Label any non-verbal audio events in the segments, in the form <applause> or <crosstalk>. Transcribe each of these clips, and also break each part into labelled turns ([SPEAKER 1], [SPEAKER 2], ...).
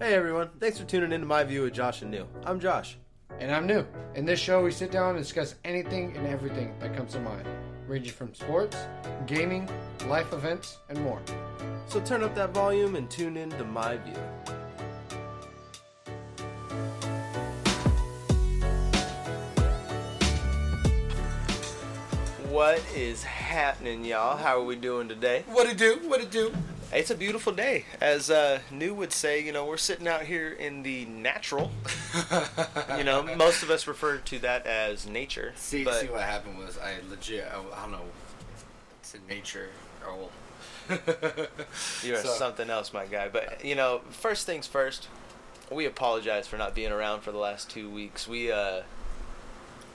[SPEAKER 1] Hey everyone, thanks for tuning in to my view of Josh and Neil. I'm Josh.
[SPEAKER 2] And I'm new. In this show, we sit down and discuss anything and everything that comes to mind, ranging from sports, gaming, life events, and more.
[SPEAKER 1] So turn up that volume and tune in to my view. What is happening, y'all? How are we doing today?
[SPEAKER 2] What it do? What it do?
[SPEAKER 1] It's a beautiful day. As uh, New would say, you know, we're sitting out here in the natural. you
[SPEAKER 3] <laughs>
[SPEAKER 1] know, most of us refer to that as nature.
[SPEAKER 3] <laughs> See,
[SPEAKER 1] but
[SPEAKER 3] see what happened was I legit I, I don't know. It's in nature. Oh,
[SPEAKER 1] You're
[SPEAKER 3] So-
[SPEAKER 1] something else, my guy. But you know, first things first, we apologize for not being around for the last two weeks. We uh,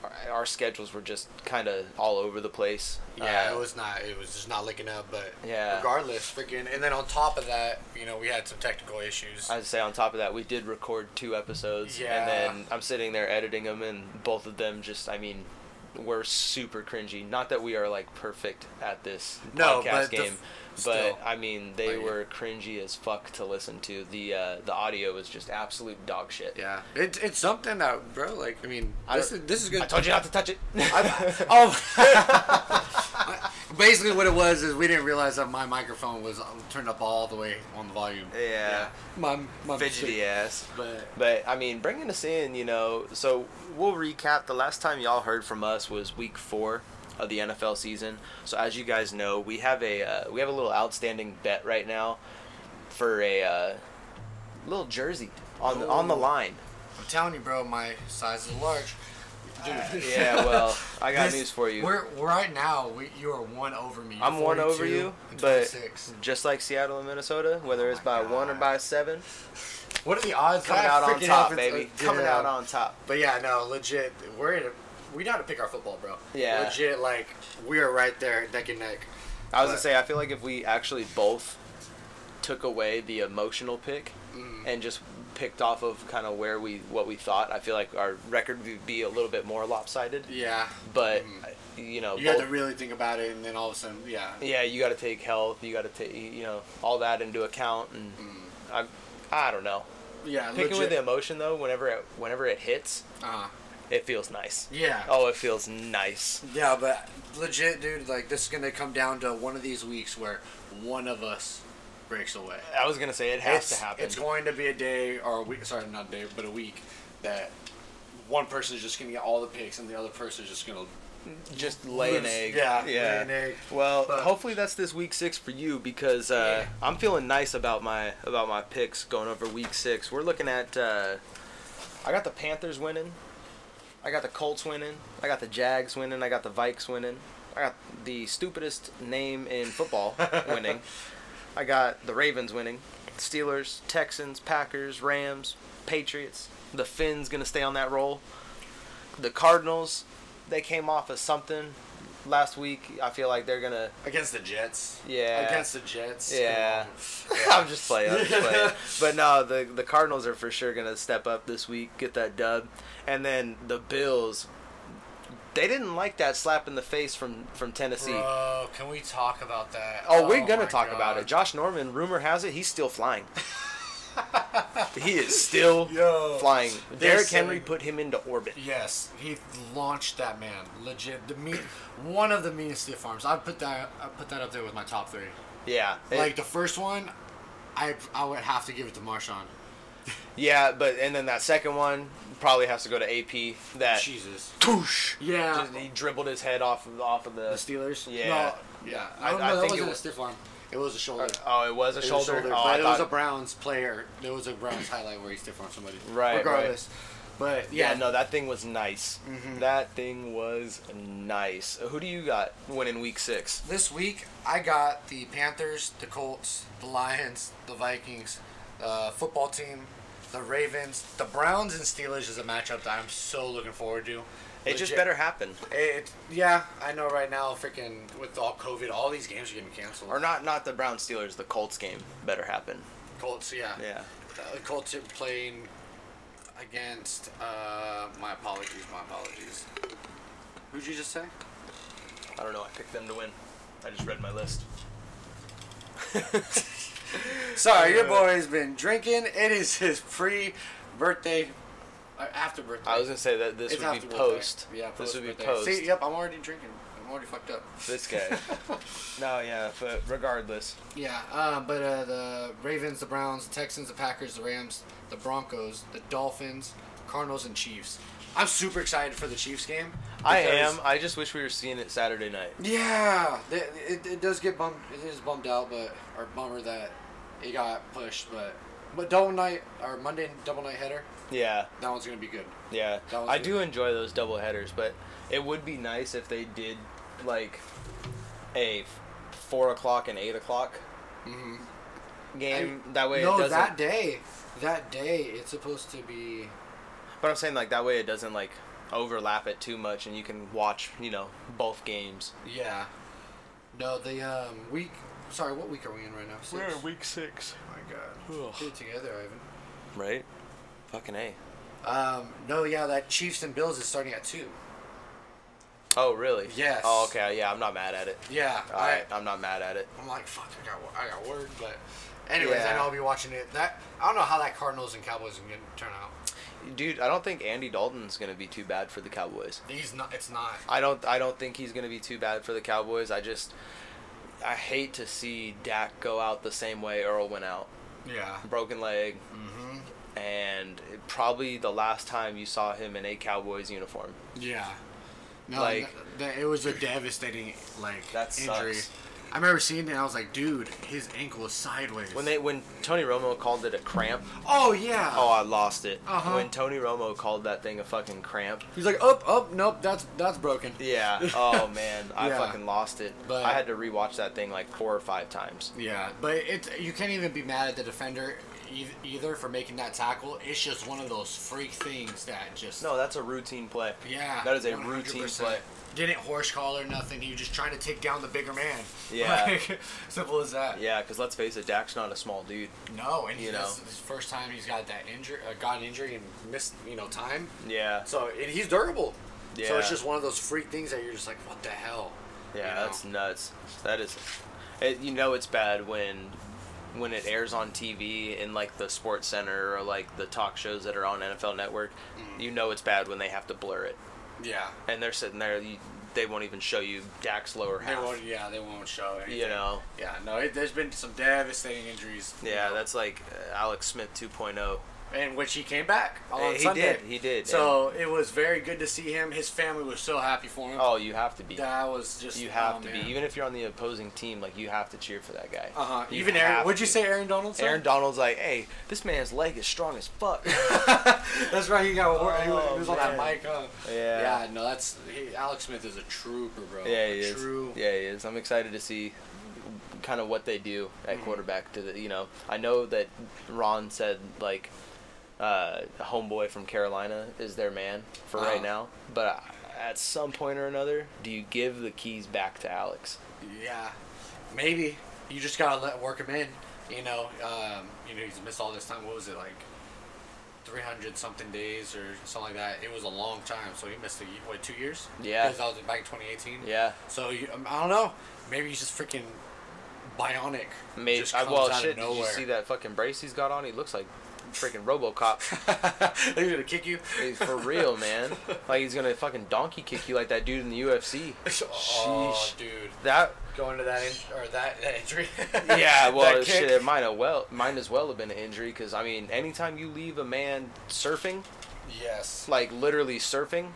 [SPEAKER 1] our, our schedules were just kind of all over the place.
[SPEAKER 3] yeah,
[SPEAKER 1] Uh,
[SPEAKER 3] it was not. It was just not linking up. But
[SPEAKER 1] Yeah.
[SPEAKER 3] regardless, freaking. And then on top of that, you know, we had some technical issues.
[SPEAKER 1] I'd say on top of that, we did record two episodes,
[SPEAKER 3] Yeah.
[SPEAKER 1] and then I'm sitting there editing them, and both of them just, I mean, were super cringy. Not that we are like perfect at this
[SPEAKER 3] No,
[SPEAKER 1] podcast
[SPEAKER 3] but the
[SPEAKER 1] game,
[SPEAKER 3] f-
[SPEAKER 1] but
[SPEAKER 3] still.
[SPEAKER 1] I mean, they
[SPEAKER 3] But, yeah.
[SPEAKER 1] were cringy as fuck to listen to. The uh, the audio was just absolute dog shit.
[SPEAKER 3] yeah, it, it's something that, bro. Like, I mean,
[SPEAKER 1] I
[SPEAKER 3] this
[SPEAKER 1] don't-
[SPEAKER 3] is this is good.
[SPEAKER 1] I told you not to touch <laughs> it.
[SPEAKER 3] I- <laughs> oh. Basically, what it was is we didn't realize that my microphone was uh, turned up all the way on the volume.
[SPEAKER 1] Yeah.
[SPEAKER 3] my, my mistake.
[SPEAKER 1] ass.
[SPEAKER 3] But
[SPEAKER 1] But I mean, bringing us in, you know, so we'll recap. The last time y'all heard from us was week four of the NFL season. So as you guys know, we have a uh, we have a little outstanding bet right now for a uh, little jersey on the, on the
[SPEAKER 3] Ooh. <laughs>
[SPEAKER 1] line.
[SPEAKER 3] I'm telling you, bro, my size is large. Dude,
[SPEAKER 1] Uh, Yeah, well, I got
[SPEAKER 3] This-
[SPEAKER 1] news for you.
[SPEAKER 3] We're right now. We, you are one over me.
[SPEAKER 1] I'm one over
[SPEAKER 3] 42
[SPEAKER 1] you,
[SPEAKER 3] and
[SPEAKER 1] but
[SPEAKER 3] 26.
[SPEAKER 1] just like Seattle and Minnesota, whether
[SPEAKER 3] Oh
[SPEAKER 1] it's
[SPEAKER 3] my
[SPEAKER 1] by one or
[SPEAKER 3] God.
[SPEAKER 1] by seven,
[SPEAKER 3] what are the odds?
[SPEAKER 1] coming
[SPEAKER 3] that
[SPEAKER 1] out on
[SPEAKER 3] freaking
[SPEAKER 1] top,
[SPEAKER 3] happens?
[SPEAKER 1] baby,
[SPEAKER 3] Uh,
[SPEAKER 1] coming
[SPEAKER 3] yeah.
[SPEAKER 1] out on top.
[SPEAKER 3] But yeah, no, legit. We're in. A, we know how to pick our football, bro.
[SPEAKER 1] Yeah.
[SPEAKER 3] Legit, like we are right there, neck and neck.
[SPEAKER 1] I was gonna
[SPEAKER 3] But-
[SPEAKER 1] say, I feel like if we actually both took away the emotional pick
[SPEAKER 3] Mm.
[SPEAKER 1] and just picked off of kind of where we what we thought, I feel like our record would be a little bit more lopsided.
[SPEAKER 3] Yeah.
[SPEAKER 1] But mm. you know,
[SPEAKER 3] You had to
[SPEAKER 1] both-
[SPEAKER 3] really think about it, and then all of a sudden, yeah.
[SPEAKER 1] yeah, you got to take health, you got to take you know all that into account, and I, I don't know.
[SPEAKER 3] Yeah.
[SPEAKER 1] Picking
[SPEAKER 3] legit.
[SPEAKER 1] with the emotion though, whenever it, whenever it hits,
[SPEAKER 3] Uh-huh.
[SPEAKER 1] it feels nice.
[SPEAKER 3] Yeah.
[SPEAKER 1] Oh, it feels nice.
[SPEAKER 3] Yeah, but legit, dude. Like this is gonna come down to one of these weeks where one of us breaks away.
[SPEAKER 1] I was gonna say it has to happen.
[SPEAKER 3] It's going to be a day or a week. Sorry, not a day, but a week that one person is just going to get all the picks, and the other person is just going to.
[SPEAKER 1] just lay an
[SPEAKER 3] Loose.
[SPEAKER 1] egg.
[SPEAKER 3] Yeah, lay an egg.
[SPEAKER 1] Well,
[SPEAKER 3] But-
[SPEAKER 1] hopefully that's this week six for you because uh, I'm feeling nice about my about my picks going over week six. We're looking at. Uh, I got the Panthers winning. I got the Colts winning. I got the Jags winning. I got the Vikes winning. I got the stupidest name in football winning. I got the Ravens winning. Steelers, Texans, Packers, Rams, Patriots. The Finns gonna stay on that roll. The Cardinals, they came off of something last week. I feel like they're gonna.
[SPEAKER 3] Against the Jets.
[SPEAKER 1] Yeah.
[SPEAKER 3] Against the Jets.
[SPEAKER 1] Yeah. <laughs> I'm just playing. I'm just playing. but no, the the Cardinals are for sure gonna step up this week, get that dub, and then the Bills. They didn't like that slap in the face from from Tennessee.
[SPEAKER 3] Bro, can we talk about that?
[SPEAKER 1] Oh, we're gonna
[SPEAKER 3] my
[SPEAKER 1] talk about
[SPEAKER 3] God.
[SPEAKER 1] it. Josh Norman, rumor has it, he's still
[SPEAKER 3] <laughs>
[SPEAKER 1] flying. he is still
[SPEAKER 3] Yo.
[SPEAKER 1] flying. Derrick
[SPEAKER 3] so-
[SPEAKER 1] Henry put him into orbit.
[SPEAKER 3] Yes, he launched that man. Legit, the mean, one of the meanest stiff arms. I put that. I put that up there with my top three.
[SPEAKER 1] Yeah.
[SPEAKER 3] Like the first one, I I would have to give it to Marshawn.
[SPEAKER 1] yeah, but and then that second one probably has to go to AP. That
[SPEAKER 3] Jesus.
[SPEAKER 1] Toosh.
[SPEAKER 3] Yeah.
[SPEAKER 1] Just- he dribbled his head off of off of the.
[SPEAKER 3] The Steelers?
[SPEAKER 1] Yeah.
[SPEAKER 3] No, yeah.
[SPEAKER 1] I-
[SPEAKER 3] I,
[SPEAKER 1] I
[SPEAKER 3] that
[SPEAKER 1] think it
[SPEAKER 3] wasn't
[SPEAKER 1] was-
[SPEAKER 3] a stiff arm. It was a shoulder.
[SPEAKER 1] Oh, it was a
[SPEAKER 3] It was a
[SPEAKER 1] shoulder.
[SPEAKER 3] shoulder,
[SPEAKER 1] oh,
[SPEAKER 3] but
[SPEAKER 1] I
[SPEAKER 3] it was a
[SPEAKER 1] thought-
[SPEAKER 3] Browns player. There was a Browns highlight where he stiff armed somebody.
[SPEAKER 1] Right, right.
[SPEAKER 3] Regardless. But
[SPEAKER 1] yeah, Mm-hmm.
[SPEAKER 3] yeah,
[SPEAKER 1] no, that thing was nice. That thing was nice. Who do you got winning week six?
[SPEAKER 3] This week I got the Panthers, the Colts, the Lions, the Vikings, the football team, the Ravens, the Browns, and Steelers is a matchup that I'm so looking forward to.
[SPEAKER 1] It just
[SPEAKER 3] Legit-
[SPEAKER 1] better happen.
[SPEAKER 3] It, yeah, I know. Right now, freaking with all COVID, all these games are getting canceled.
[SPEAKER 1] Or not, not the Brown Steelers, the Colts game better happen.
[SPEAKER 3] Colts, yeah.
[SPEAKER 1] Yeah.
[SPEAKER 3] Uh, the Colts are playing against. Uh, my apologies. My apologies. Who'd you just say?
[SPEAKER 1] I don't know. I picked them to win. I just read my list.
[SPEAKER 3] Sorry, your
[SPEAKER 1] Uh,
[SPEAKER 3] boy's been drinking. It is his pre birthday, uh, after birthday.
[SPEAKER 1] I was gonna say that this
[SPEAKER 3] It's
[SPEAKER 1] would be
[SPEAKER 3] after birthday.
[SPEAKER 1] post.
[SPEAKER 3] Yeah,
[SPEAKER 1] this would be
[SPEAKER 3] birthday.
[SPEAKER 1] post.
[SPEAKER 3] See, yep, I'm already drinking. I'm already fucked up.
[SPEAKER 1] This guy. <laughs> no, yeah, but regardless,
[SPEAKER 3] Yeah, uh, but uh, the Ravens, the Browns, the Texans, the Packers, the Rams, the Broncos, the Dolphins, Cardinals, and Chiefs. I'm super excited for the Chiefs game.
[SPEAKER 1] I
[SPEAKER 3] because-
[SPEAKER 1] am. I just wish we were seeing it Saturday night.
[SPEAKER 3] Yeah, th- it, it does get bummed. It is bummed out, but or bummer that it got pushed. But but double night or Monday double night header.
[SPEAKER 1] Yeah,
[SPEAKER 3] That one's gonna be good.
[SPEAKER 1] yeah.
[SPEAKER 3] That was
[SPEAKER 1] I
[SPEAKER 3] good.
[SPEAKER 1] do enjoy those double headers, but it would be nice if they did like a f- four o'clock and eight o'clock game. that way, it
[SPEAKER 3] no,
[SPEAKER 1] doesn't.
[SPEAKER 3] Mm-hmm. that day, that day it's supposed to be.
[SPEAKER 1] But I'm saying like that way it doesn't like overlap it too much, and you can watch you know both games.
[SPEAKER 3] Yeah. No, the um, week. Sorry, what week are we in right now? Six.
[SPEAKER 1] week six.
[SPEAKER 3] Oh my God. Get it together, Ivan.
[SPEAKER 1] Right. Fucking a.
[SPEAKER 3] Um, no, yeah, that Chiefs and Bills is starting at two.
[SPEAKER 1] Oh really?
[SPEAKER 3] Yes.
[SPEAKER 1] Oh okay. Yeah, I'm not mad at it.
[SPEAKER 3] Yeah,
[SPEAKER 1] All
[SPEAKER 3] I,
[SPEAKER 1] right, I'm not mad at it.
[SPEAKER 3] I'm like, fuck, I got, wo- I got word, but. Anyways, I
[SPEAKER 1] Yeah.
[SPEAKER 3] know I'll be watching it. That I don't know how that Cardinals and Cowboys is gonna turn out.
[SPEAKER 1] Dude, I don't think Andy Dalton's gonna be too bad for the Cowboys.
[SPEAKER 3] He's not. It's not.
[SPEAKER 1] I don't. I don't think he's gonna be too bad for the Cowboys. I just, I hate to see Dak go out the same way Earl went out,
[SPEAKER 3] Yeah.
[SPEAKER 1] broken leg,
[SPEAKER 3] Mm-hmm.
[SPEAKER 1] and probably the last time you saw him in a Cowboys uniform.
[SPEAKER 3] Yeah. No,
[SPEAKER 1] Like-
[SPEAKER 3] th- th- it was a devastating like
[SPEAKER 1] That
[SPEAKER 3] injury.
[SPEAKER 1] sucks.
[SPEAKER 3] I remember seeing it. and I was like, dude, his ankle is sideways.
[SPEAKER 1] When they when Tony Romo called it a cramp,
[SPEAKER 3] oh yeah.
[SPEAKER 1] oh I lost it.
[SPEAKER 3] Uh-huh.
[SPEAKER 1] When Tony Romo called that thing a fucking cramp,
[SPEAKER 3] He's like, up, up, nope, that's that's broken.
[SPEAKER 1] yeah. <laughs> Oh man, I
[SPEAKER 3] Yeah.
[SPEAKER 1] fucking lost it.
[SPEAKER 3] But-
[SPEAKER 1] I had to rewatch that thing like four or five times.
[SPEAKER 3] Yeah, but it's you can't even be mad at the defender e- either for making that tackle. It's just one of those freak things that just
[SPEAKER 1] No, that's a routine play.
[SPEAKER 3] Yeah,
[SPEAKER 1] That is a routine
[SPEAKER 3] 100%.
[SPEAKER 1] play.
[SPEAKER 3] Didn't horse collar nothing. He was just trying to take down the bigger man. <laughs>
[SPEAKER 1] Yeah.
[SPEAKER 3] Like, simple as that.
[SPEAKER 1] Yeah, because let's face it, Dak's not a small dude.
[SPEAKER 3] No, and you
[SPEAKER 1] You
[SPEAKER 3] know,
[SPEAKER 1] know.
[SPEAKER 3] this is his first time he's got that injury, uh, got an injury and missed, you know, time.
[SPEAKER 1] Yeah.
[SPEAKER 3] So and he's durable. So
[SPEAKER 1] Yeah.
[SPEAKER 3] it's just one of those freak things that you're just like, what the hell?
[SPEAKER 1] Yeah,
[SPEAKER 3] You know?
[SPEAKER 1] that's nuts. That is, it, you know, it's bad when when it airs on TV in like the Sports Center or like the talk shows that are on NFL Network.
[SPEAKER 3] Mm.
[SPEAKER 1] You know, it's bad when they have to blur it,
[SPEAKER 3] yeah.
[SPEAKER 1] and they're sitting there. You, they won't even show you Dak's lower
[SPEAKER 3] They
[SPEAKER 1] half.
[SPEAKER 3] won't, yeah, they won't show. Anything.
[SPEAKER 1] You know.
[SPEAKER 3] Yeah, no. It, there's been some devastating injuries. you
[SPEAKER 1] Yeah,
[SPEAKER 3] know.
[SPEAKER 1] that's like uh, Alex Smith oh. 2.0.
[SPEAKER 3] in which he came back on
[SPEAKER 1] He
[SPEAKER 3] Sunday.
[SPEAKER 1] did, he did,
[SPEAKER 3] So it was very good to see him. His family was so happy for him.
[SPEAKER 1] Oh, you have to be.
[SPEAKER 3] that was just oh,
[SPEAKER 1] You have to be. Even if you're on the opposing team, like you have to cheer for that guy.
[SPEAKER 3] uh huh.
[SPEAKER 1] You
[SPEAKER 3] Even Aaron.
[SPEAKER 1] have
[SPEAKER 3] Would you
[SPEAKER 1] to.
[SPEAKER 3] say Aaron Donaldson?
[SPEAKER 1] Aaron Donald's like, hey, this man's leg is strong as fuck.
[SPEAKER 3] <laughs> That's right. He got wor- he
[SPEAKER 1] Oh,
[SPEAKER 3] was on that
[SPEAKER 1] man.
[SPEAKER 3] mic. Huh?
[SPEAKER 1] Yeah.
[SPEAKER 3] Yeah. No, that's he, Alex Smith is a trooper, bro.
[SPEAKER 1] yeah, he
[SPEAKER 3] a
[SPEAKER 1] is.
[SPEAKER 3] True.
[SPEAKER 1] Yeah, he is. I'm excited to see kind of what they do at
[SPEAKER 3] Mm-hmm.
[SPEAKER 1] quarterback. To the, you know, I know that Ron said like uh, homeboy from Carolina is their man for
[SPEAKER 3] Uh-huh.
[SPEAKER 1] right now, but at some point or another, do you give the keys back to Alex?
[SPEAKER 3] Yeah, maybe you just gotta let work him in. You know, um, you know he's missed all this time. What was it like, three hundred something days or something like that? It was a long time, so he missed a, ye- what two years?
[SPEAKER 1] Yeah.
[SPEAKER 3] because that was back in twenty eighteen.
[SPEAKER 1] Yeah.
[SPEAKER 3] So you, um, I don't know. Maybe he's just freaking bionic.
[SPEAKER 1] Maybe.
[SPEAKER 3] Just
[SPEAKER 1] I,
[SPEAKER 3] comes
[SPEAKER 1] well,
[SPEAKER 3] out
[SPEAKER 1] shit.
[SPEAKER 3] of
[SPEAKER 1] Did you
[SPEAKER 3] nowhere. <laughs>
[SPEAKER 1] see that fucking brace he's got on? He looks like freaking RoboCop.
[SPEAKER 3] They're gonna kick you.
[SPEAKER 1] Hey, For real, man.
[SPEAKER 3] <laughs>
[SPEAKER 1] Like he's gonna fucking donkey kick you like that dude in the UFC.
[SPEAKER 3] Oh, dude.
[SPEAKER 1] That
[SPEAKER 3] Going to that in- or that, that injury.
[SPEAKER 1] <laughs> yeah, well,
[SPEAKER 3] <laughs> That kick.
[SPEAKER 1] shit, it might have well might as well have been an injury because I mean, anytime you leave a man surfing,
[SPEAKER 3] Yes.
[SPEAKER 1] like literally surfing,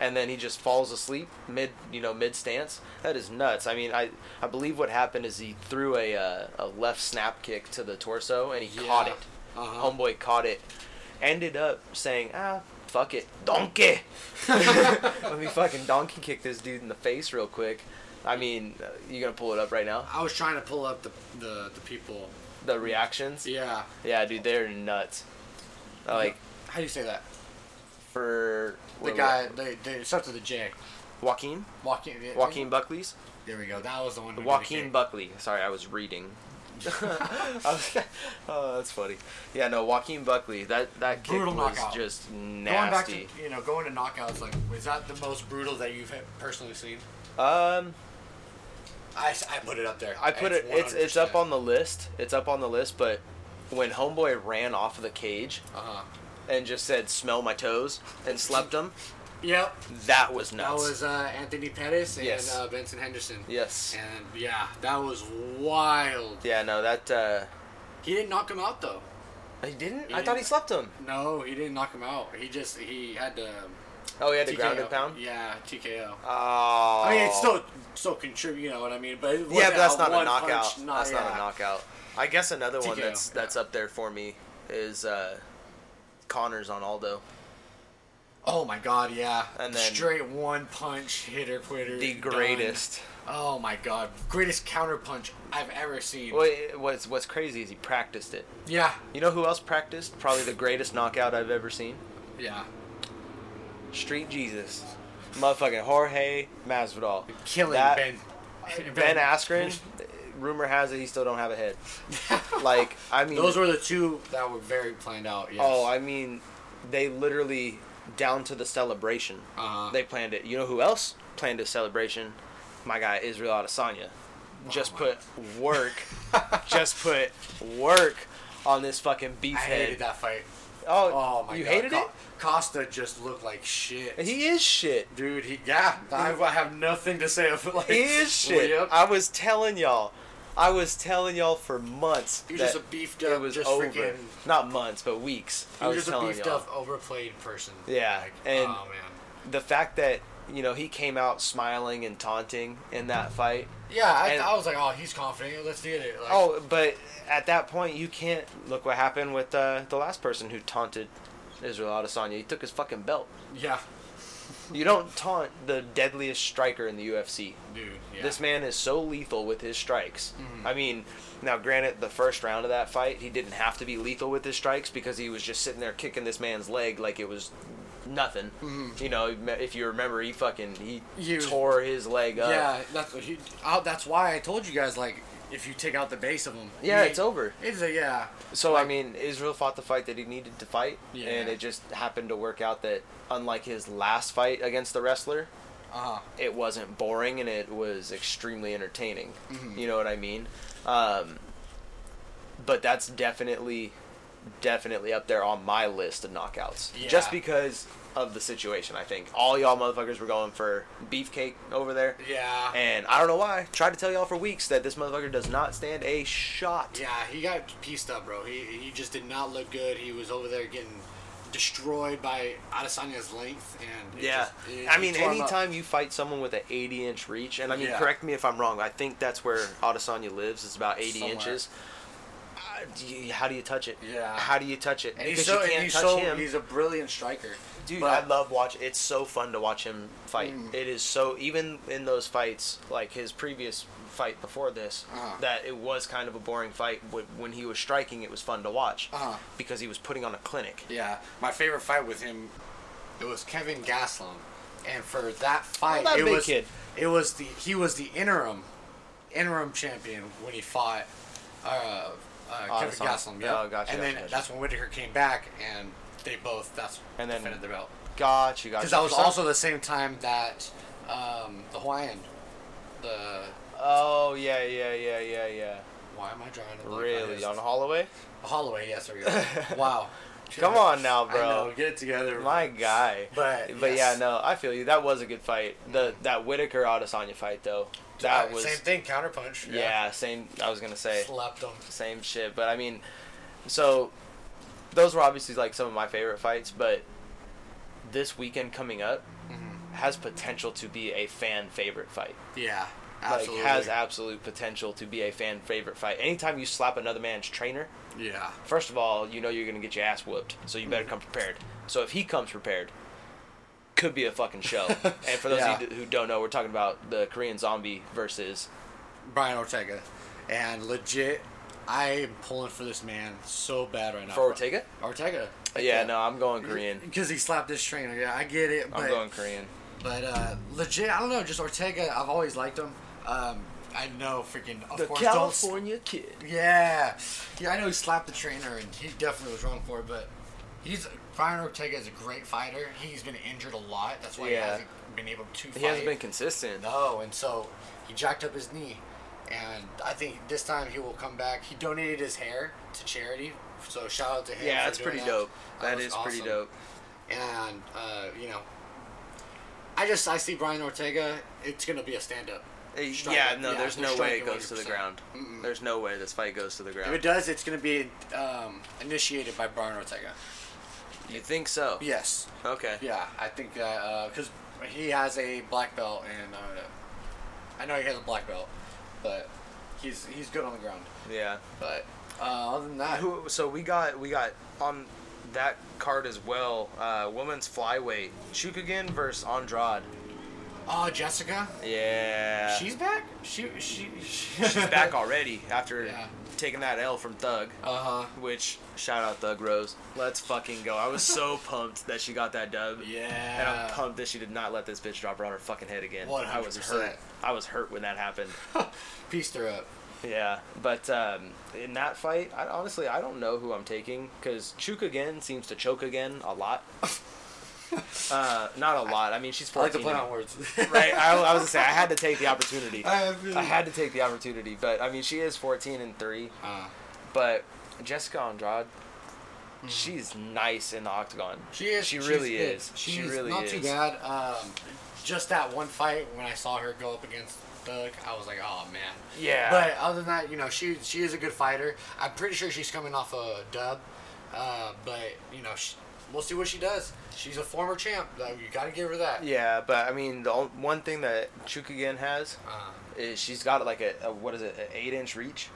[SPEAKER 1] and then he just falls asleep mid you know mid stance, that is nuts. I mean, I I believe what happened is he threw a uh, a left snap kick to the torso and he
[SPEAKER 3] Yeah.
[SPEAKER 1] caught it.
[SPEAKER 3] Uh-huh.
[SPEAKER 1] Homeboy caught it. Ended up saying, ah, fuck it,
[SPEAKER 3] <laughs>
[SPEAKER 1] donkey. <laughs> Let me fucking donkey kick this dude in the face real quick. I mean, uh, you gonna pull it up right now?
[SPEAKER 3] I was trying to pull up the the, the people.
[SPEAKER 1] The reactions?
[SPEAKER 3] Yeah.
[SPEAKER 1] Yeah, dude, they're nuts. Like
[SPEAKER 3] How do you say that?
[SPEAKER 1] for
[SPEAKER 3] The guy, the, the, it starts with a J.
[SPEAKER 1] Joaquin,
[SPEAKER 3] Joaquin.
[SPEAKER 1] Joaquin Buckley's,
[SPEAKER 3] There we go. That was the one. who did the
[SPEAKER 1] Joaquin
[SPEAKER 3] kick.
[SPEAKER 1] Buckley. Sorry, I was reading. <laughs> I was- <laughs> oh, that's funny. Yeah, no, Joaquin Buckley. That that kick
[SPEAKER 3] Brutal
[SPEAKER 1] was
[SPEAKER 3] knockout.
[SPEAKER 1] just
[SPEAKER 3] Going back
[SPEAKER 1] nasty.
[SPEAKER 3] to you know going to knockouts, like was that the most brutal that you've personally seen?
[SPEAKER 1] Um,
[SPEAKER 3] I, s- I put it up there.
[SPEAKER 1] I put it. It's it's up on the list. It's up on the list. But when Homeboy ran off of the cage
[SPEAKER 3] Uh huh.
[SPEAKER 1] and just said "smell my toes" and slept them,
[SPEAKER 3] Yep.
[SPEAKER 1] that was
[SPEAKER 3] That
[SPEAKER 1] nuts.
[SPEAKER 3] was uh, Anthony Pettis and
[SPEAKER 1] Yes.
[SPEAKER 3] uh, Benson Henderson.
[SPEAKER 1] yes.
[SPEAKER 3] And yeah, that was wild.
[SPEAKER 1] Yeah. No. That. uh
[SPEAKER 3] He didn't knock him out though.
[SPEAKER 1] He didn't.
[SPEAKER 3] Yeah.
[SPEAKER 1] I thought he slept him.
[SPEAKER 3] No, he didn't knock him out. He just he had to.
[SPEAKER 1] Oh, he had to
[SPEAKER 3] TKO.
[SPEAKER 1] ground and pound.
[SPEAKER 3] Yeah, TKO.
[SPEAKER 1] Oh.
[SPEAKER 3] I mean, it's still still contribute. You know what I mean? But it
[SPEAKER 1] Yeah,
[SPEAKER 3] wasn't
[SPEAKER 1] but that's
[SPEAKER 3] a
[SPEAKER 1] not a
[SPEAKER 3] one
[SPEAKER 1] knockout.
[SPEAKER 3] punch, not-
[SPEAKER 1] that's not
[SPEAKER 3] yeah.
[SPEAKER 1] a knockout. I guess another one
[SPEAKER 3] TKO,
[SPEAKER 1] that's that's
[SPEAKER 3] yeah.
[SPEAKER 1] up there for me is uh, Connors on Aldo.
[SPEAKER 3] Oh my god, yeah.
[SPEAKER 1] And then-
[SPEAKER 3] straight one punch hitter quitter.
[SPEAKER 1] The
[SPEAKER 3] done.
[SPEAKER 1] greatest.
[SPEAKER 3] Oh my god, greatest counter punch I've ever seen.
[SPEAKER 1] Wait, what's what's crazy is he practiced it.
[SPEAKER 3] Yeah,
[SPEAKER 1] You know who else practiced? Probably the greatest knockout I've ever seen.
[SPEAKER 3] yeah.
[SPEAKER 1] Street Jesus, motherfucking Jorge Masvidal,
[SPEAKER 3] Killing
[SPEAKER 1] That-
[SPEAKER 3] Ben.
[SPEAKER 1] Ben Askren. Rumor has it he still don't have a
[SPEAKER 3] <laughs>
[SPEAKER 1] head. Like I mean,
[SPEAKER 3] Those were the two that were very planned out. Yes.
[SPEAKER 1] oh, I mean, they literally down to the celebration.
[SPEAKER 3] Uh-huh.
[SPEAKER 1] They planned it. You know who else planned his celebration? My guy Israel Adesanya. Just
[SPEAKER 3] Oh my-
[SPEAKER 1] put
[SPEAKER 3] <laughs>
[SPEAKER 1] work. just put work on this fucking beef
[SPEAKER 3] I
[SPEAKER 1] head.
[SPEAKER 3] hated that fight.
[SPEAKER 1] Oh,
[SPEAKER 3] Oh my
[SPEAKER 1] you
[SPEAKER 3] god.
[SPEAKER 1] hated
[SPEAKER 3] Co- Costa just looked like shit.
[SPEAKER 1] it? He is shit.
[SPEAKER 3] Dude, he yeah. I, I have nothing to say. Of, <laughs> like,
[SPEAKER 1] He is shit.
[SPEAKER 3] Yep.
[SPEAKER 1] I was telling y'all. I was telling y'all for months.
[SPEAKER 3] He was
[SPEAKER 1] that
[SPEAKER 3] just a beefed up,
[SPEAKER 1] it was
[SPEAKER 3] just
[SPEAKER 1] over.
[SPEAKER 3] freaking.
[SPEAKER 1] Not months, but weeks.
[SPEAKER 3] He
[SPEAKER 1] I was
[SPEAKER 3] was just a
[SPEAKER 1] telling
[SPEAKER 3] beefed
[SPEAKER 1] y'all.
[SPEAKER 3] up, overplayed person.
[SPEAKER 1] Yeah,
[SPEAKER 3] Like,
[SPEAKER 1] and-
[SPEAKER 3] oh man.
[SPEAKER 1] The fact that you know he came out smiling and taunting in that fight.
[SPEAKER 3] Yeah, I,
[SPEAKER 1] and-
[SPEAKER 3] I was like, oh, he's confident. Let's get it. Like,
[SPEAKER 1] Oh, but at that point you can't look what happened with uh, the last person who taunted Israel Adesanya. He took his fucking belt.
[SPEAKER 3] yeah,
[SPEAKER 1] You don't taunt the deadliest striker in the UFC.
[SPEAKER 3] dude. Yeah. Mm-hmm.
[SPEAKER 1] This man is so lethal with his strikes. I mean, now granted, the first round of that fight, he didn't have to be lethal with his strikes because he was just sitting there kicking this man's leg like it was nothing.
[SPEAKER 3] Mm-hmm.
[SPEAKER 1] You know, if you remember, he fucking he
[SPEAKER 3] You-
[SPEAKER 1] tore his leg up.
[SPEAKER 3] Yeah, that's what he, I, that's why I told you guys like if you take out the base of him.
[SPEAKER 1] Yeah,
[SPEAKER 3] he-
[SPEAKER 1] it's over.
[SPEAKER 3] It's a yeah.
[SPEAKER 1] So I mean, Israel fought the fight that he needed to fight,
[SPEAKER 3] Yeah.
[SPEAKER 1] and it just happened to work out that unlike his last fight against the wrestler,
[SPEAKER 3] Uh huh.
[SPEAKER 1] it wasn't boring and it was extremely entertaining.
[SPEAKER 3] Mm-hmm.
[SPEAKER 1] You know what I mean? Um, but that's definitely, definitely up there on my list of knockouts. Just
[SPEAKER 3] Yeah.
[SPEAKER 1] because of the situation, I think. All y'all motherfuckers were going for beefcake over there.
[SPEAKER 3] Yeah.
[SPEAKER 1] And I don't know why. Tried to tell y'all for weeks that this motherfucker does not stand a shot.
[SPEAKER 3] yeah, he got pieced up, bro. He he just did not look good. He was over there getting destroyed by Adesanya's length and it
[SPEAKER 1] Yeah,
[SPEAKER 3] just- it-
[SPEAKER 1] I
[SPEAKER 3] it
[SPEAKER 1] mean,
[SPEAKER 3] tore him up.
[SPEAKER 1] anytime you fight someone with an 80 inch reach, and I mean,
[SPEAKER 3] Yeah.
[SPEAKER 1] correct me if I'm wrong. I think that's where Adesanya lives. It's about 80
[SPEAKER 3] Somewhere.
[SPEAKER 1] inches. Uh, do you- how do you touch it?
[SPEAKER 3] Yeah.
[SPEAKER 1] How do you touch it?
[SPEAKER 3] And
[SPEAKER 1] because
[SPEAKER 3] he's so,
[SPEAKER 1] you
[SPEAKER 3] and
[SPEAKER 1] can't
[SPEAKER 3] he's
[SPEAKER 1] touch
[SPEAKER 3] so
[SPEAKER 1] him.
[SPEAKER 3] he's a brilliant striker.
[SPEAKER 1] Dude,
[SPEAKER 3] but- Mm.
[SPEAKER 1] I love watch. It's so fun to watch him fight. It is so even in those fights, like his previous fight before this,
[SPEAKER 3] Uh-huh.
[SPEAKER 1] that it was kind of a boring fight. But when he was striking, it was fun to watch
[SPEAKER 3] Uh-huh.
[SPEAKER 1] because he was putting on a clinic.
[SPEAKER 3] Yeah, my favorite fight with him, it was Kevin Gaslam, and for that fight,
[SPEAKER 1] that
[SPEAKER 3] it
[SPEAKER 1] big
[SPEAKER 3] was
[SPEAKER 1] kid.
[SPEAKER 3] it was the he was the interim interim champion when he fought uh, uh, Kevin
[SPEAKER 1] Adesanya.
[SPEAKER 3] Gaslam. Yeah,
[SPEAKER 1] Oh, gotcha,
[SPEAKER 3] and then
[SPEAKER 1] gotcha, gotcha.
[SPEAKER 3] that's when Whitaker came back, and they both that's
[SPEAKER 1] And then-
[SPEAKER 3] defended the belt
[SPEAKER 1] Got you, got
[SPEAKER 3] because
[SPEAKER 1] you.
[SPEAKER 3] that was
[SPEAKER 1] For some-
[SPEAKER 3] also the same time that um, the Hawaiian, the
[SPEAKER 1] Oh yeah, yeah, yeah, yeah, yeah.
[SPEAKER 3] why am I drawing a blank on
[SPEAKER 1] Really,
[SPEAKER 3] his-
[SPEAKER 1] on Holloway?
[SPEAKER 3] Holloway? Yes, there
[SPEAKER 1] <laughs>
[SPEAKER 3] we go. wow.
[SPEAKER 1] Come on now,
[SPEAKER 3] I
[SPEAKER 1] bro.
[SPEAKER 3] know, get it together.
[SPEAKER 1] My guy.
[SPEAKER 3] But
[SPEAKER 1] but
[SPEAKER 3] yes.
[SPEAKER 1] yeah, no, I feel you. That was a good fight. The that Whitaker Adesanya fight though. That
[SPEAKER 3] Uh,
[SPEAKER 1] was
[SPEAKER 3] same thing. Counterpunch.
[SPEAKER 1] Yeah. same I was gonna say
[SPEAKER 3] Slapped him.
[SPEAKER 1] same shit. But I mean so those were obviously like some of my favorite fights, but this weekend coming up
[SPEAKER 3] Mm-hmm.
[SPEAKER 1] has potential to be a fan favorite fight.
[SPEAKER 3] Yeah, absolutely.
[SPEAKER 1] Like has absolute potential to be a fan favorite fight. Anytime you slap another man's trainer,
[SPEAKER 3] yeah,
[SPEAKER 1] First of all, you know you're gonna get your ass whooped, so you better come prepared. So if he comes prepared, could be a fucking
[SPEAKER 3] <laughs>
[SPEAKER 1] show. and for those of you d-
[SPEAKER 3] Yeah.
[SPEAKER 1] who don't know, we're talking about the Korean Zombie versus.
[SPEAKER 3] Brian Ortega, and legit, I am pulling for this man so bad right now.
[SPEAKER 1] For Ortega?
[SPEAKER 3] Ortega.
[SPEAKER 1] Yeah, no, I'm going Korean.
[SPEAKER 3] Because he slapped his trainer. Yeah, I get it. But,
[SPEAKER 1] I'm going Korean.
[SPEAKER 3] But uh, legit, I don't know. Just Ortega. I've always liked him. Um, I know, freaking. Of course,
[SPEAKER 1] kid.
[SPEAKER 3] Don't, yeah, yeah. I know he slapped the trainer, and he definitely was wrong for it. But He's Brian Ortega is a great fighter. He's been injured a lot. That's why
[SPEAKER 1] Yeah.
[SPEAKER 3] he hasn't been able to. Fight.
[SPEAKER 1] He hasn't been consistent.
[SPEAKER 3] No, and so he jacked up his knee, and I think this time he will come back. He donated his hair to charity, so shout out to him.
[SPEAKER 1] Yeah,
[SPEAKER 3] for
[SPEAKER 1] that's
[SPEAKER 3] doing
[SPEAKER 1] pretty
[SPEAKER 3] that.
[SPEAKER 1] dope.
[SPEAKER 3] That
[SPEAKER 1] that
[SPEAKER 3] was
[SPEAKER 1] is pretty
[SPEAKER 3] awesome.
[SPEAKER 1] dope.
[SPEAKER 3] And uh, you know, I just I see Brian Ortega. It's gonna be a stand up.
[SPEAKER 1] Eh,
[SPEAKER 3] Strike
[SPEAKER 1] yeah,
[SPEAKER 3] it.
[SPEAKER 1] no,
[SPEAKER 3] Yeah,
[SPEAKER 1] there's
[SPEAKER 3] we're
[SPEAKER 1] no way
[SPEAKER 3] striking
[SPEAKER 1] it goes to the
[SPEAKER 3] 100%.
[SPEAKER 1] ground. There's no way this fight goes to the
[SPEAKER 3] If it
[SPEAKER 1] ground.
[SPEAKER 3] does, it's gonna be um, initiated by Brian Ortega.
[SPEAKER 1] You think so?
[SPEAKER 3] Yes.
[SPEAKER 1] Okay.
[SPEAKER 3] Yeah, I think that because he has a black belt, and uh, I know he has a black belt, but he's he's good on the ground.
[SPEAKER 1] Yeah.
[SPEAKER 3] But uh, other than that,
[SPEAKER 1] Who, so we got we got on that card as well. Uh, women's flyweight Chukagin versus Andrade.
[SPEAKER 3] oh Jessica,
[SPEAKER 1] Yeah.
[SPEAKER 3] she's back. She she,
[SPEAKER 1] <laughs> She's
[SPEAKER 3] <laughs>
[SPEAKER 1] back already after
[SPEAKER 3] Yeah.
[SPEAKER 1] taking that L from Thug.
[SPEAKER 3] Uh huh.
[SPEAKER 1] Which shout out Thug Rose. Let's fucking go. I was
[SPEAKER 3] <laughs>
[SPEAKER 1] so pumped that she got that dub.
[SPEAKER 3] Yeah.
[SPEAKER 1] And I'm pumped that she did not let this bitch drop her on her fucking head again. I was
[SPEAKER 3] 100%.
[SPEAKER 1] hurt. I was hurt when that happened.
[SPEAKER 3] Pieced her up.
[SPEAKER 1] Yeah, but um, in that fight, I, honestly, I don't know who I'm taking because Chook again seems to choke again a <laughs> lot. uh, not a lot. I mean, she's 14.
[SPEAKER 3] words.
[SPEAKER 1] <laughs> right? I, I was gonna say I had to take the opportunity.
[SPEAKER 3] I have really-
[SPEAKER 1] I had to take the opportunity, but I mean, she is 14 and three.
[SPEAKER 3] Uh,
[SPEAKER 1] But Jessica Andrade, she's nice in the octagon.
[SPEAKER 3] she is.
[SPEAKER 1] She
[SPEAKER 3] she's
[SPEAKER 1] really
[SPEAKER 3] good.
[SPEAKER 1] is.
[SPEAKER 3] She's
[SPEAKER 1] She really
[SPEAKER 3] not too
[SPEAKER 1] is.
[SPEAKER 3] bad. Um, just that one fight when I saw her go up against Doug, I was like, oh man.
[SPEAKER 1] Yeah.
[SPEAKER 3] But other than that, you know, she she is a good fighter. I'm pretty sure she's coming off a dub, uh, but you know, she, we'll see what she does. She's a former champ. Though. You got to give her that.
[SPEAKER 1] Yeah, but I mean, the on- one thing that Chook again has
[SPEAKER 3] Uh,
[SPEAKER 1] is she's got like a, a what is it, an eight inch reach?